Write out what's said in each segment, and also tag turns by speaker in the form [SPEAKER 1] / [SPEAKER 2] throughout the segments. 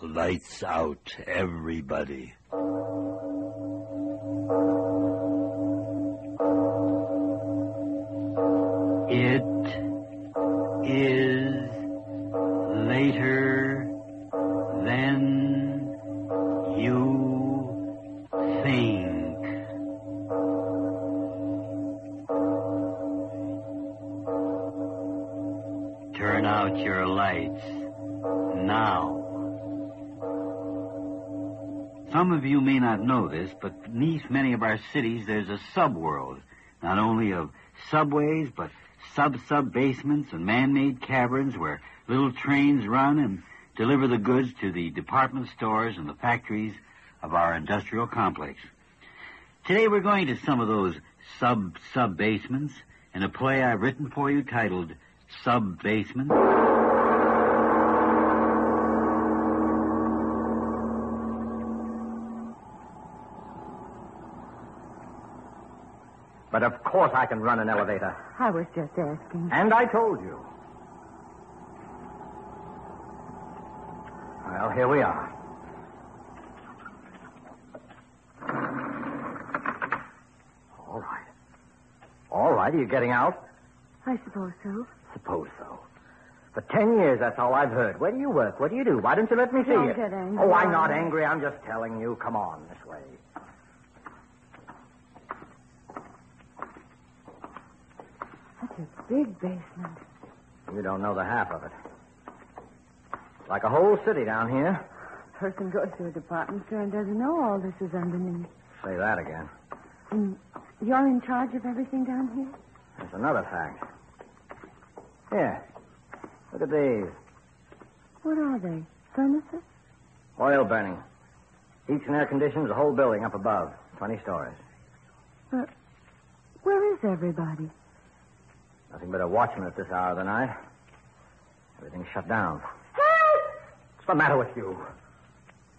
[SPEAKER 1] Lights out, everybody. It is later than you think. Turn out your lights now. Some of you may not know this, but beneath many of our cities, there's a subworld, not only of subways, but sub-sub basements and man-made caverns where little trains run and deliver the goods to the department stores and the factories of our industrial complex. Today we're going to some of those sub-sub basements in a play I've written for you titled Sub Basement.
[SPEAKER 2] But of course I can run an elevator.
[SPEAKER 3] I was just asking.
[SPEAKER 2] And I told you. Well, here we are. All right. All right, are you getting out?
[SPEAKER 3] I suppose so.
[SPEAKER 2] Suppose so. For ten years, that's all I've heard. Where do you work? What do you do? Why don't you let me see
[SPEAKER 3] Don't
[SPEAKER 2] you?
[SPEAKER 3] get angry.
[SPEAKER 2] Oh, I'm not angry. I'm just telling you. Come on, this way.
[SPEAKER 3] That's a big basement.
[SPEAKER 2] You don't know the half of it. Like a whole city down here.
[SPEAKER 3] Person goes to a department store and doesn't know all this is underneath.
[SPEAKER 2] Say that again.
[SPEAKER 3] And you're in charge of everything down here?
[SPEAKER 2] That's another fact. Here. Look at these.
[SPEAKER 3] What are they? Furnaces?
[SPEAKER 2] Oil burning. Heats and air conditions the whole building up above. 20 stories.
[SPEAKER 3] But where is everybody?
[SPEAKER 2] Nothing but a watchman at this hour of the night. Everything's shut down. What's the matter with you?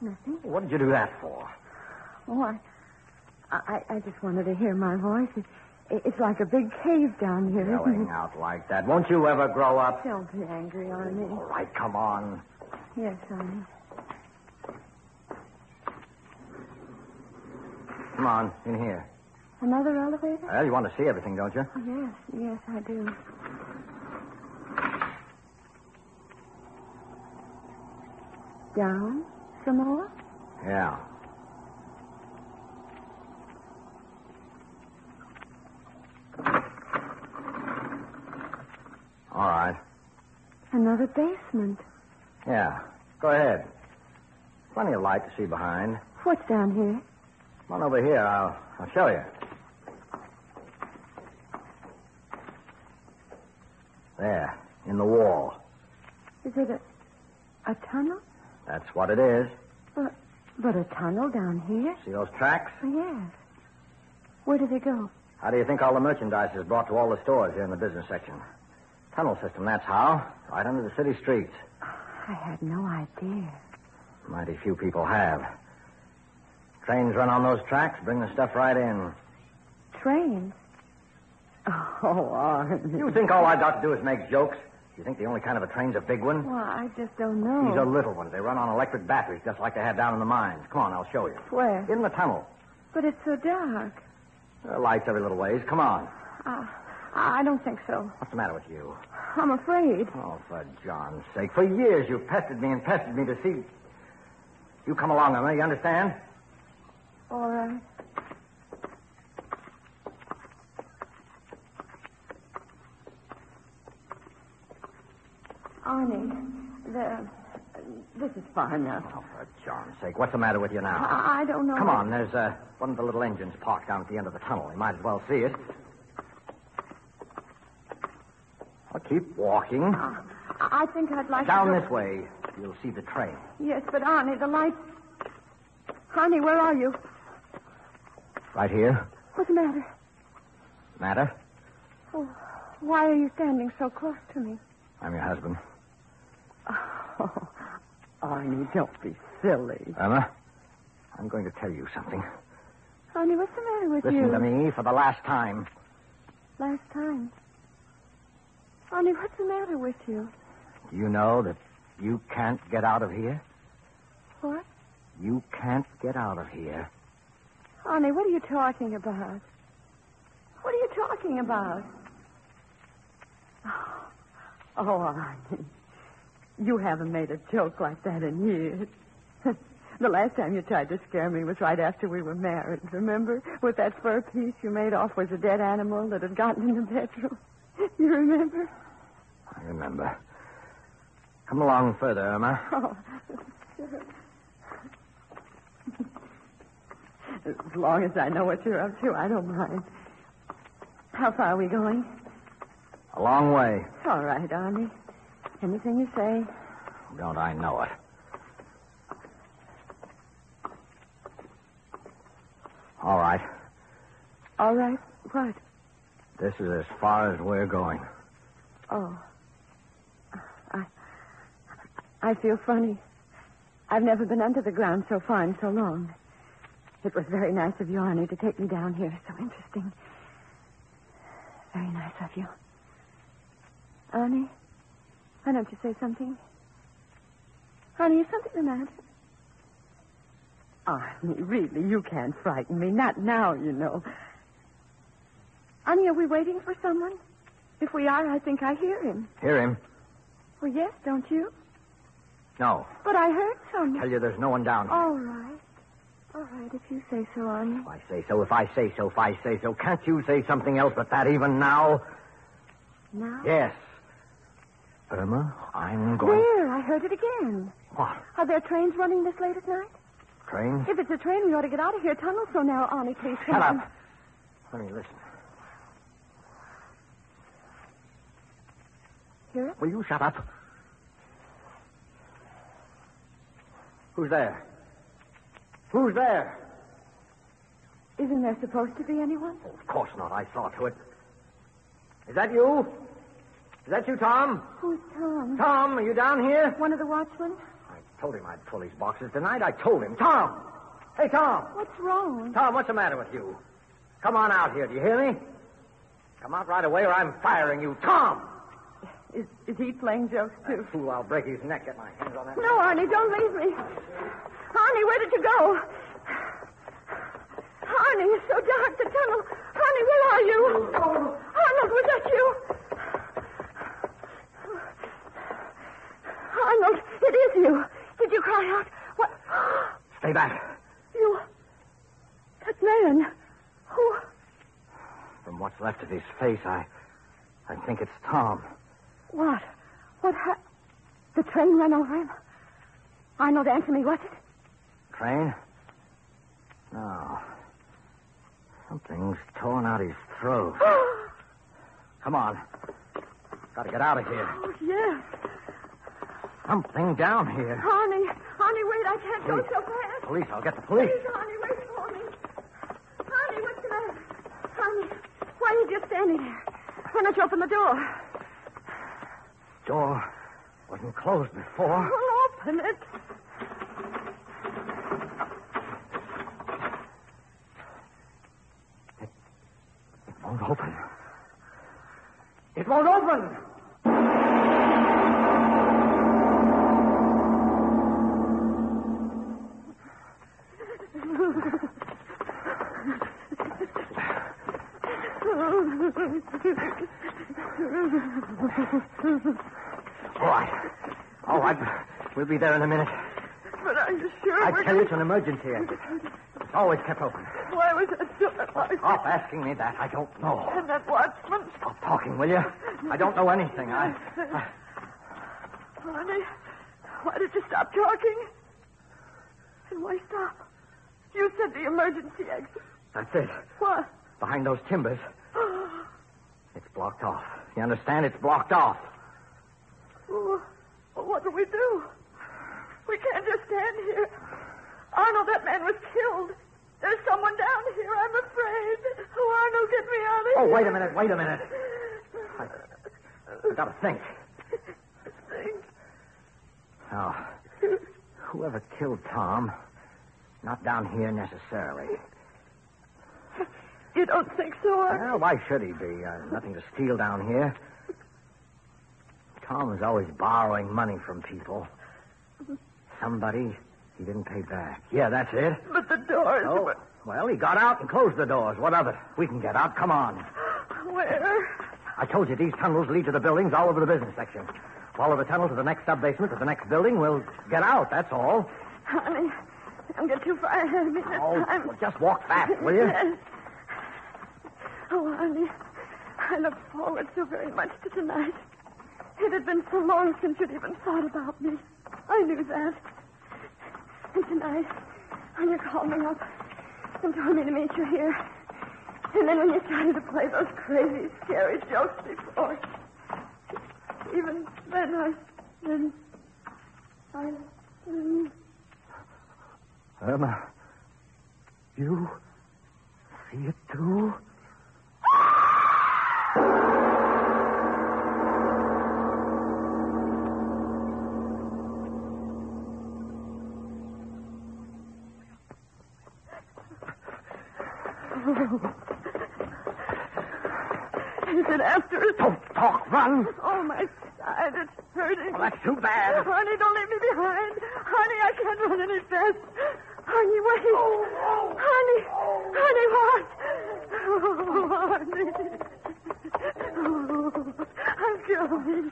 [SPEAKER 3] Nothing.
[SPEAKER 2] What did you do that for?
[SPEAKER 3] Oh, I, I, I just wanted to hear my voice. It, it- it's like a big cave down here,
[SPEAKER 2] Yelling
[SPEAKER 3] isn't it?
[SPEAKER 2] out like that. Won't you ever grow up?
[SPEAKER 3] Don't be angry, Arnie.
[SPEAKER 2] All right, come on.
[SPEAKER 3] Yes, Arnie.
[SPEAKER 2] Come on, in here.
[SPEAKER 3] Another elevator?
[SPEAKER 2] Well, you want to see everything, don't you?
[SPEAKER 3] Yes, yes, I do. Down some more?
[SPEAKER 2] Yeah. All right.
[SPEAKER 3] I Another basement.
[SPEAKER 2] Yeah. Go ahead. Plenty of light to see behind.
[SPEAKER 3] What's down here?
[SPEAKER 2] Come on over here. I'll, I'll show you. There, in the wall.
[SPEAKER 3] Is it a, a tunnel?
[SPEAKER 2] That's what it is.
[SPEAKER 3] But, but a tunnel down here?
[SPEAKER 2] See those tracks?
[SPEAKER 3] Yes. Where do they go?
[SPEAKER 2] How do you think all the merchandise is brought to all the stores here in the business section? Tunnel system, that's how. Right under the city streets.
[SPEAKER 3] I had no idea.
[SPEAKER 2] Mighty few people have. Trains run on those tracks, bring the stuff right in.
[SPEAKER 3] Trains? Oh, Arnie.
[SPEAKER 2] You think all I got to do is make jokes? You think the only kind of a train's a big one?
[SPEAKER 3] Well, I just don't
[SPEAKER 2] These are
[SPEAKER 3] know.
[SPEAKER 2] little ones. They run on electric batteries, just like they had down in the mines. Come on, I'll show you.
[SPEAKER 3] Where?
[SPEAKER 2] In the tunnel.
[SPEAKER 3] But it's so dark.
[SPEAKER 2] There are lights every little ways. Come on.
[SPEAKER 3] Uh, I don't think so.
[SPEAKER 2] What's the matter with you?
[SPEAKER 3] I'm afraid.
[SPEAKER 2] Oh, for John's sake. For years you've pestered me and pestered me to see. You come along, Emma, you understand?
[SPEAKER 3] All right. Arnie, the, this is far enough.
[SPEAKER 2] Oh, for John's sake. What's the matter with you now?
[SPEAKER 3] I, I don't know.
[SPEAKER 2] Come on, there's uh, one of the little engines parked down at the end of the tunnel. You might as well see it. Well, keep walking.
[SPEAKER 3] I I think I'd like
[SPEAKER 2] Down
[SPEAKER 3] to... go-
[SPEAKER 2] this way, you'll see the train.
[SPEAKER 3] Yes, but Arnie, the light. Arnie, where are you?
[SPEAKER 2] Right here.
[SPEAKER 3] What's the matter?
[SPEAKER 2] Matter?
[SPEAKER 3] Oh, why are you standing so close to me?
[SPEAKER 2] I'm your husband.
[SPEAKER 3] Oh, Arnie, don't be silly.
[SPEAKER 2] Emma, I'm going to tell you something.
[SPEAKER 3] Arnie, what's the matter with
[SPEAKER 2] Listen
[SPEAKER 3] you?
[SPEAKER 2] to me for the last time.
[SPEAKER 3] Last time. Arnie, what's the matter with you?
[SPEAKER 2] Do you know that you can't get out of here?
[SPEAKER 3] What?
[SPEAKER 2] You can't get out of here.
[SPEAKER 3] Arnie, what are you talking about? What are you talking about? Oh, Arnie. You haven't made a joke like that in years. the last time you tried to scare me was right after we were married, remember? With that fur piece you made off was a dead animal that had gotten in the bedroom. You remember?
[SPEAKER 2] I remember. Come along further, Emma.
[SPEAKER 3] Oh. As long as I know what you're up to, I don't mind. How far are we going?
[SPEAKER 2] A long way.
[SPEAKER 3] All right, Arnie. Anything you say.
[SPEAKER 2] Don't I know it? All right.
[SPEAKER 3] All right. What?
[SPEAKER 2] This is as far as we're going.
[SPEAKER 3] Oh. I I feel funny. I've never been under the ground so far in so long. It was very nice of you, Arnie, to take me down here. It's so interesting. Very nice of you. Arnie, why don't you say something? Arnie, is something the matter? Arnie, Ah, really, you can't frighten me. Not now, you know. Arnie, are we waiting for someone? If we are, I think I hear him.
[SPEAKER 2] Hear him?
[SPEAKER 3] Well, yes, don't you?
[SPEAKER 2] No.
[SPEAKER 3] But I heard someone.
[SPEAKER 2] Tell you there's no one down here.
[SPEAKER 3] All right. All right, if you say so, Arnie.
[SPEAKER 2] If I say so, if I say so, if I say so, can't you say something else but that even now?
[SPEAKER 3] Now?
[SPEAKER 2] Yes. Irma, I'm going.
[SPEAKER 3] There, I heard it again.
[SPEAKER 2] What?
[SPEAKER 3] Are there trains running this late at night?
[SPEAKER 2] Train?
[SPEAKER 3] If it's a train, we ought to get out of here. Tunnel's so narrow, Arnie, please.
[SPEAKER 2] Shut
[SPEAKER 3] come.
[SPEAKER 2] up. Let me listen.
[SPEAKER 3] Hear it?
[SPEAKER 2] Will you shut up? Who's there? Who's there?
[SPEAKER 3] Isn't there supposed to be anyone?
[SPEAKER 2] Oh, of course not. I saw to it. Is that you? Is that you, Tom?
[SPEAKER 3] Who's Tom?
[SPEAKER 2] Tom, are you down here?
[SPEAKER 3] One of the watchmen?
[SPEAKER 2] I told him I'd pull his boxes tonight. I told him. Tom! Hey, Tom!
[SPEAKER 3] What's wrong?
[SPEAKER 2] Tom, what's the matter with you? Come on out here. Do you hear me? Come out right away or I'm firing you. Tom!
[SPEAKER 3] Is, is he playing jokes,
[SPEAKER 2] That fool, I'll break his neck. Get my hands on that.
[SPEAKER 3] No, Arnie, don't leave me. Arnie, where did you go? Arnie, it's so dark, the tunnel. Arnie, where are you? Arnold, was that you? Arnold, it is you. Did you cry out? What?
[SPEAKER 2] Stay back.
[SPEAKER 3] You. That man. Who?
[SPEAKER 2] From what's left of his face, I. I think it's Tom.
[SPEAKER 3] What? What happened? The train ran over him. Arnold Anthony, was it?
[SPEAKER 2] Train? No. Something's torn out his throat. Come on. Gotta get out of here.
[SPEAKER 3] Oh, yes.
[SPEAKER 2] Something down here.
[SPEAKER 3] Arnie, Arnie, wait. I can't go
[SPEAKER 2] Please.
[SPEAKER 3] so fast.
[SPEAKER 2] Police, I'll get the police.
[SPEAKER 3] Please, Arnie, wait for me. Arnie, what's the matter? Arnie, why are you just standing there? Why not you open the door?
[SPEAKER 2] Door wasn't closed before.
[SPEAKER 3] Well, open it.
[SPEAKER 2] It won't open. It won't open! All right. All right. We'll be there in a minute.
[SPEAKER 3] But are you sure?
[SPEAKER 2] I
[SPEAKER 3] we're
[SPEAKER 2] tell you, it's an emergency exit. It's always kept open.
[SPEAKER 3] Why was that door
[SPEAKER 2] Stop asking me that. I don't know.
[SPEAKER 3] And that watchman?
[SPEAKER 2] Stop talking, will you? I don't know anything. I, I
[SPEAKER 3] Arnie, why did you stop talking? And why stop? You said the emergency exit.
[SPEAKER 2] that's it.
[SPEAKER 3] What?
[SPEAKER 2] Behind those timbers. It's blocked off. You understand? It's blocked off.
[SPEAKER 3] Well, Oh, what do we do? We can't just stand here. Arnold, that man was killed. There's someone down here. I'm afraid. Oh, Arnold, get me out of
[SPEAKER 2] Oh,
[SPEAKER 3] here.
[SPEAKER 2] wait a minute, wait a minute. I, I gotta think.
[SPEAKER 3] Think.
[SPEAKER 2] Now, Oh, whoever killed Tom, not down here necessarily.
[SPEAKER 3] You don't think so, Arnold?
[SPEAKER 2] Well, why should he be? Uh, nothing to steal down here. Tom is always borrowing money from people. Somebody he didn't pay back. Yeah, that's it.
[SPEAKER 3] But the doors
[SPEAKER 2] Oh,
[SPEAKER 3] were...
[SPEAKER 2] well, he got out and closed the doors. What of it? We can get out. Come on.
[SPEAKER 3] Where?
[SPEAKER 2] I told you these tunnels lead to the buildings all over the business section. Follow the tunnel to the next sub basement to the next building. We'll get out. That's all.
[SPEAKER 3] Honey, don't get too far ahead of me.
[SPEAKER 2] Oh,
[SPEAKER 3] I'm...
[SPEAKER 2] well, just walk fast, will you?
[SPEAKER 3] Yes. Oh, Arnie, I look forward so very much to tonight. It had been so long since you'd even thought about me. I knew that. And tonight, when you called me up and told me to meet you here, and then when you started to play those crazy, scary jokes before, even then I, then I, then
[SPEAKER 2] Irma, you see it too?
[SPEAKER 3] is it after us?
[SPEAKER 2] Don't talk, run.
[SPEAKER 3] Oh, my side, it's hurting. Oh,
[SPEAKER 2] Well, that's too bad.
[SPEAKER 3] Honey, don't leave me behind. Honey, I can't run any fast. Honey, wait.
[SPEAKER 2] Oh,
[SPEAKER 3] Honey, honey, what? Oh, honey. Oh, I'm going.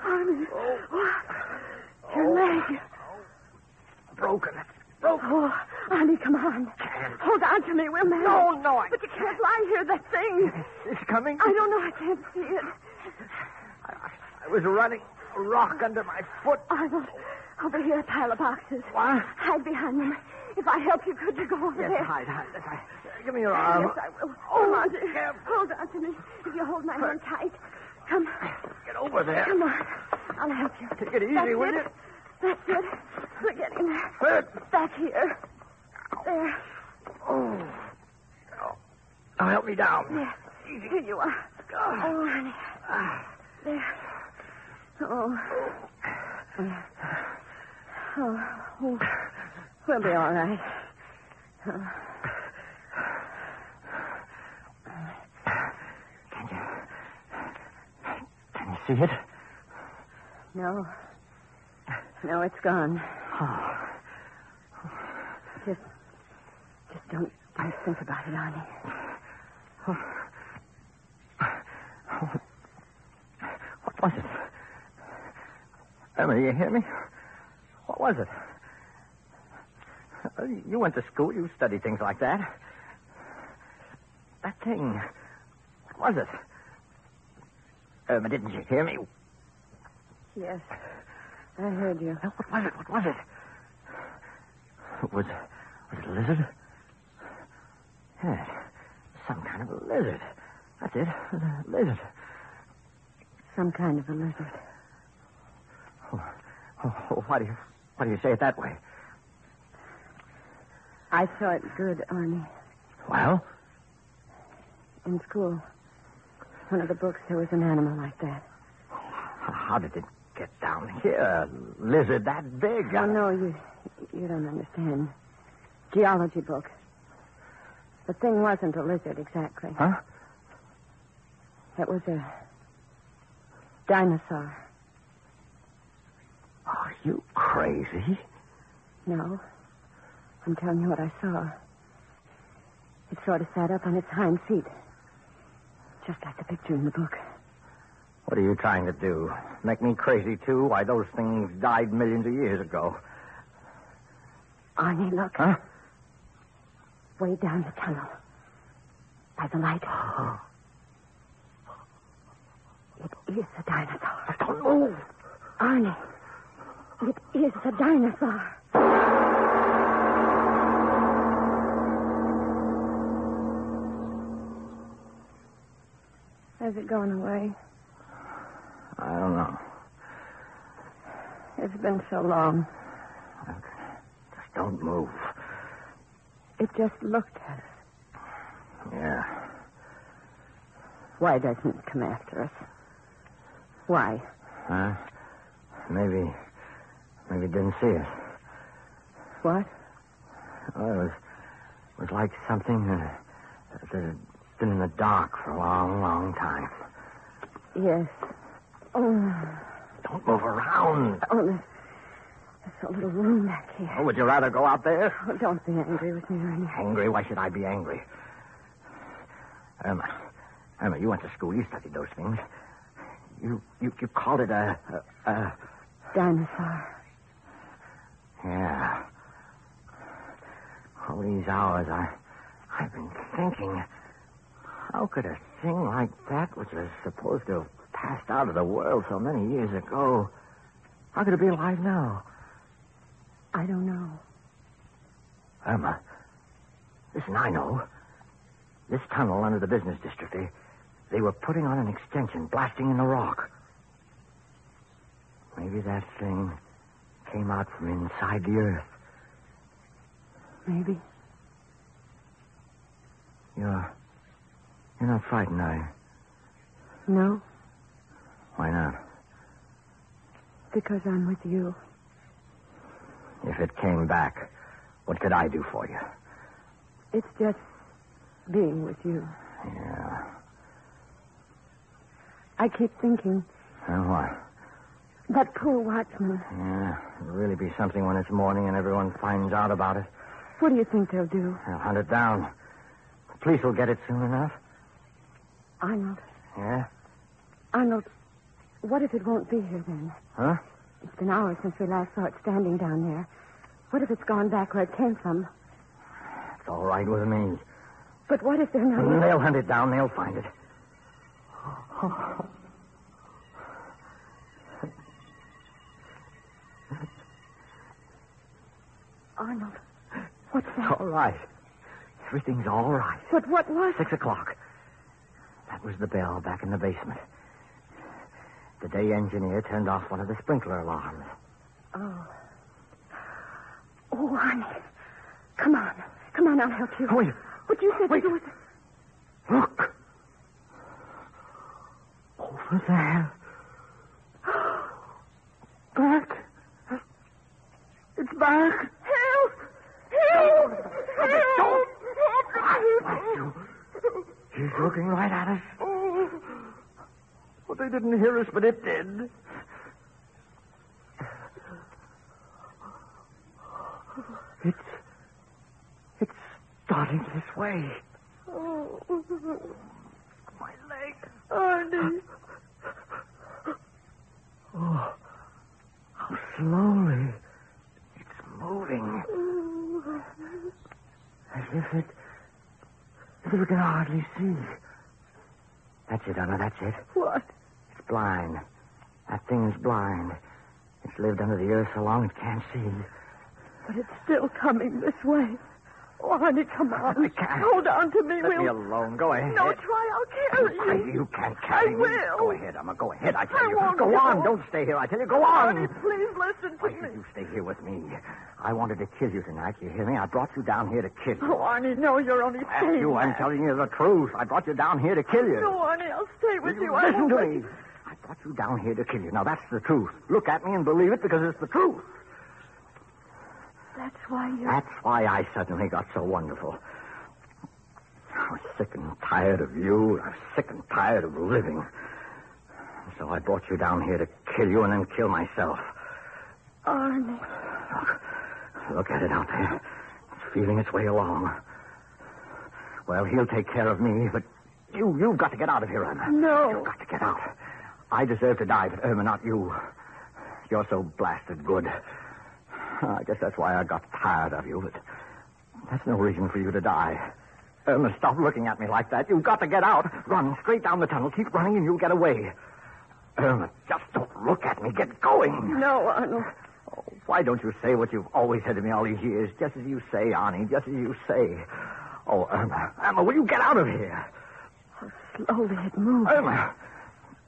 [SPEAKER 3] Honey, what? Your leg.
[SPEAKER 2] Broken.
[SPEAKER 3] Oh, honey, come on. Hold on to me, will man. No, no, I... But you can't lie here, that thing.
[SPEAKER 2] It's coming.
[SPEAKER 3] I don't know, I can't see it.
[SPEAKER 2] I was running a rock under my foot.
[SPEAKER 3] Arnold, over here, a pile of boxes.
[SPEAKER 2] What?
[SPEAKER 3] Hide behind them. If I help you, could you go over
[SPEAKER 2] Yes,
[SPEAKER 3] there?
[SPEAKER 2] hide, Um, oh, hide. Yes, I- Give me your arm.
[SPEAKER 3] Yes, I will. Hold on to Hold on to me. If you hold my hand tight. Come.
[SPEAKER 2] Get over there.
[SPEAKER 3] Come on. I'll help you.
[SPEAKER 2] Take it easy,
[SPEAKER 3] That's
[SPEAKER 2] will
[SPEAKER 3] it.
[SPEAKER 2] you?
[SPEAKER 3] That's it. We're getting there.
[SPEAKER 2] Hurt.
[SPEAKER 3] Back here. There.
[SPEAKER 2] Oh. Oh. Now help me down.
[SPEAKER 3] There. Here you are. Oh, honey. There. Oh. Oh. oh. We'll be all right.
[SPEAKER 2] Can you? Can you see it?
[SPEAKER 3] No. No, it's gone.
[SPEAKER 2] Oh.
[SPEAKER 3] Just, just don't, don't think about it, Arnie.
[SPEAKER 2] What was it? Emma, you hear me? What was it? Uh, You went to school. You studied things like that. That thing. What was it? Irma, didn't you hear me?
[SPEAKER 3] Yes. I heard you.
[SPEAKER 2] Now, What was it? What was it? Was, was it a lizard? Yes. Some kind of a lizard. That's it. A lizard.
[SPEAKER 3] Some kind of a lizard.
[SPEAKER 2] Oh, oh, oh, why do you why do you say it that way?
[SPEAKER 3] I saw it good, Arnie,
[SPEAKER 2] Well?
[SPEAKER 3] in school. One of the books, there was an animal like that.
[SPEAKER 2] How did it get down here? A lizard that big.
[SPEAKER 3] Oh, no, you, you don't understand. Geology book. The thing wasn't a lizard exactly.
[SPEAKER 2] Huh?
[SPEAKER 3] It was a dinosaur.
[SPEAKER 2] Are you crazy?
[SPEAKER 3] No. I'm telling you what I saw. It sort of sat up on its hind feet. Just like the picture in the book.
[SPEAKER 2] What are you trying to do? Make me crazy, too? Why, those things died millions of years ago.
[SPEAKER 3] Arnie, look.
[SPEAKER 2] Huh?
[SPEAKER 3] Way down the tunnel. By the light. it is a dinosaur.
[SPEAKER 2] Don't move.
[SPEAKER 3] Arnie. It is a dinosaur. Is it going away?
[SPEAKER 2] I don't know.
[SPEAKER 3] It's been so long.
[SPEAKER 2] Just don't move.
[SPEAKER 3] It just looked at us.
[SPEAKER 2] Yeah.
[SPEAKER 3] Why doesn't it come after us? Why?
[SPEAKER 2] Huh? Maybe. Maybe it didn't see it.
[SPEAKER 3] What?
[SPEAKER 2] Well, it was, it was like something that, that had been in the dark for a long, long time.
[SPEAKER 3] Yes. Oh,
[SPEAKER 2] Don't move around.
[SPEAKER 3] oh, there's, there's a little room back here.
[SPEAKER 2] Oh, would you rather go out there?
[SPEAKER 3] Oh, don't be angry with me, Ernie.
[SPEAKER 2] Angry? Why should I be angry? Emma, Emma, you went to school. You studied those things. You you, you called it a, a, a
[SPEAKER 3] Dinosaur.
[SPEAKER 2] yeah. All these hours, I I've been thinking. How could a thing like that, which was supposed to have passed out of the world so many years ago, how could it be alive now?
[SPEAKER 3] I don't know.
[SPEAKER 2] Irma, listen, I know. This tunnel under the business district, they, they were putting on an extension, blasting in the rock. Maybe that thing came out from inside the earth.
[SPEAKER 3] Maybe.
[SPEAKER 2] You're, you're not frightened, are you?
[SPEAKER 3] No,
[SPEAKER 2] Why not?
[SPEAKER 3] because I'm with you.
[SPEAKER 2] If it came back, what could I do for you?
[SPEAKER 3] It's just being with you.
[SPEAKER 2] Yeah.
[SPEAKER 3] I keep thinking,
[SPEAKER 2] Well, what?
[SPEAKER 3] that poor watchman,
[SPEAKER 2] Yeah, it'll really be something when it's morning and everyone finds out about it.
[SPEAKER 3] what do you think they'll do?
[SPEAKER 2] They'll hunt it down. The police will get it soon enough.
[SPEAKER 3] Arnold,
[SPEAKER 2] Yeah?
[SPEAKER 3] Arnold, what if it won't be here then?
[SPEAKER 2] Huh?
[SPEAKER 3] It's been hours since we last saw it standing down there. What if it's gone back where it came from?
[SPEAKER 2] It's all right with me.
[SPEAKER 3] But what if they're not?
[SPEAKER 2] They'll hunt it down. They'll find it.
[SPEAKER 3] Arnold, what's that?
[SPEAKER 2] All right. Everything's all right.
[SPEAKER 3] But what was it?
[SPEAKER 2] Six o'clock. That was the bell back in the basement. The day engineer turned off one of the sprinkler alarms.
[SPEAKER 3] Oh. Oh, Arnold. Come on. Come on, I'll help you.
[SPEAKER 2] Wait.
[SPEAKER 3] What you said
[SPEAKER 2] Wait.
[SPEAKER 3] you was...
[SPEAKER 2] Look. Over there. Back. It's back.
[SPEAKER 3] Help! Help! Help!
[SPEAKER 2] Don't. Like you. He's looking right at us. Oh, Well, they didn't hear us, but it did. It's. It's starting this way. My leg. Arnie. Oh, how slowly it's moving. Oh. As if it. As if we can hardly see. That's it, Anna, that's it.
[SPEAKER 3] What?
[SPEAKER 2] It's blind. That thing's blind. It's lived under the earth so long it can't see.
[SPEAKER 3] But it's still coming this way. Oh, honey, come on.
[SPEAKER 2] I can't.
[SPEAKER 3] Hold on to me.
[SPEAKER 2] Let
[SPEAKER 3] we'll...
[SPEAKER 2] me alone. Go ahead.
[SPEAKER 3] No, try. I'll carry
[SPEAKER 2] I-
[SPEAKER 3] you.
[SPEAKER 2] You can't carry
[SPEAKER 3] I
[SPEAKER 2] me.
[SPEAKER 3] will.
[SPEAKER 2] Go ahead, Emma. Go ahead. I tell
[SPEAKER 3] I
[SPEAKER 2] you.
[SPEAKER 3] won't
[SPEAKER 2] go
[SPEAKER 3] go.
[SPEAKER 2] on. Don't stay here. I tell you. Go on.
[SPEAKER 3] Honey, please listen to
[SPEAKER 2] Why
[SPEAKER 3] me.
[SPEAKER 2] should you stay here with me? I wanted to kill you tonight. You hear me? I brought you down here to kill you.
[SPEAKER 3] Oh, Arnie, no, you're only
[SPEAKER 2] That's
[SPEAKER 3] saying
[SPEAKER 2] you. I'm
[SPEAKER 3] that.
[SPEAKER 2] telling you the truth. I brought you down here to kill you.
[SPEAKER 3] No, Arnie, I'll stay with
[SPEAKER 2] Will
[SPEAKER 3] you.
[SPEAKER 2] you
[SPEAKER 3] I
[SPEAKER 2] listen
[SPEAKER 3] won't
[SPEAKER 2] to
[SPEAKER 3] let
[SPEAKER 2] me. I brought you down here to kill you. Now that's the truth. Look at me and believe it because it's the truth.
[SPEAKER 3] That's why you're...
[SPEAKER 2] That's why I suddenly got so wonderful. I was sick and tired of you. I was sick and tired of living. So I brought you down here to kill you and then kill myself.
[SPEAKER 3] Arnie.
[SPEAKER 2] Look, look at it out there. It's feeling its way along. Well, he'll take care of me, but you, you've got to get out of here, Irma.
[SPEAKER 3] No.
[SPEAKER 2] You've got to get out. I deserve to die, but Irma, not you. You're so blasted good. I guess that's why I got tired of you, but that's no reason for you to die. Irma, stop looking at me like that. You've got to get out. Run straight down the tunnel. Keep running and you'll get away. Irma, just don't look at me. Get going.
[SPEAKER 3] No, Arnold.
[SPEAKER 2] Oh, why don't you say what you've always said to me all these years? Just as you say, Arnie, just as you say. Oh, Irma, Irma, will you get out of here?
[SPEAKER 3] Slowly it Oh, moves.
[SPEAKER 2] Irma,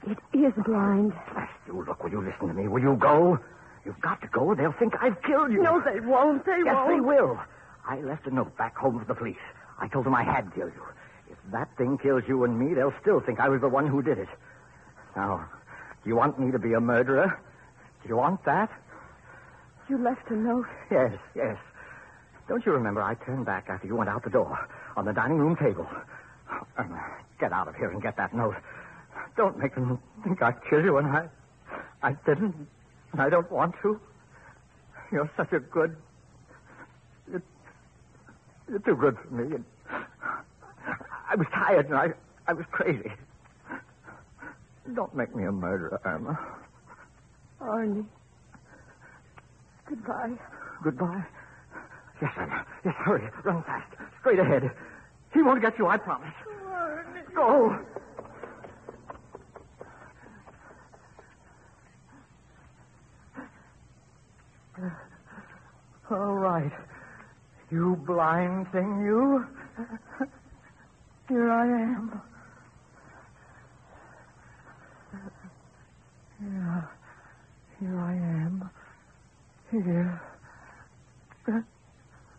[SPEAKER 3] It is blind.
[SPEAKER 2] bless you. Look, will you listen to me? Will you go? You've got to go. They'll think I've killed you.
[SPEAKER 3] No, they won't. They
[SPEAKER 2] yes,
[SPEAKER 3] won't.
[SPEAKER 2] they will. I left a note back home for the police. I told them I had killed you. If that thing kills you and me, they'll still think I was the one who did it. Now, do you want me to be a murderer? Do you want that?
[SPEAKER 3] You left a note.
[SPEAKER 2] Yes, yes. Don't you remember I turned back after you went out the door on the dining room table? Irma, get out of here and get that note. Don't make them think I killed you, and I, I didn't, and I don't want to. You're such a good, you're, you're too good for me. And I was tired and I, I was crazy. Don't make me a murderer, Irma.
[SPEAKER 3] Arnie. Goodbye.
[SPEAKER 2] Goodbye. Yes, Irma. Yes, hurry. Run fast. Straight ahead. He won't get you, I promise. Go. All right. You blind thing, you. Here I am. Yeah. Here I am. Here.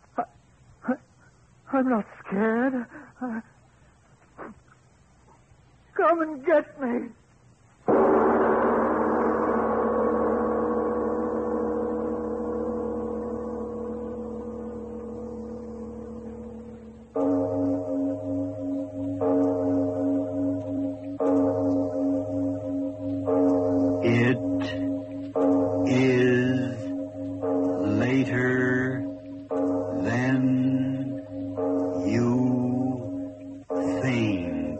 [SPEAKER 3] Uh,
[SPEAKER 2] I'm not scared.
[SPEAKER 3] Uh,
[SPEAKER 2] I- Come and get me.
[SPEAKER 1] It is later than you think.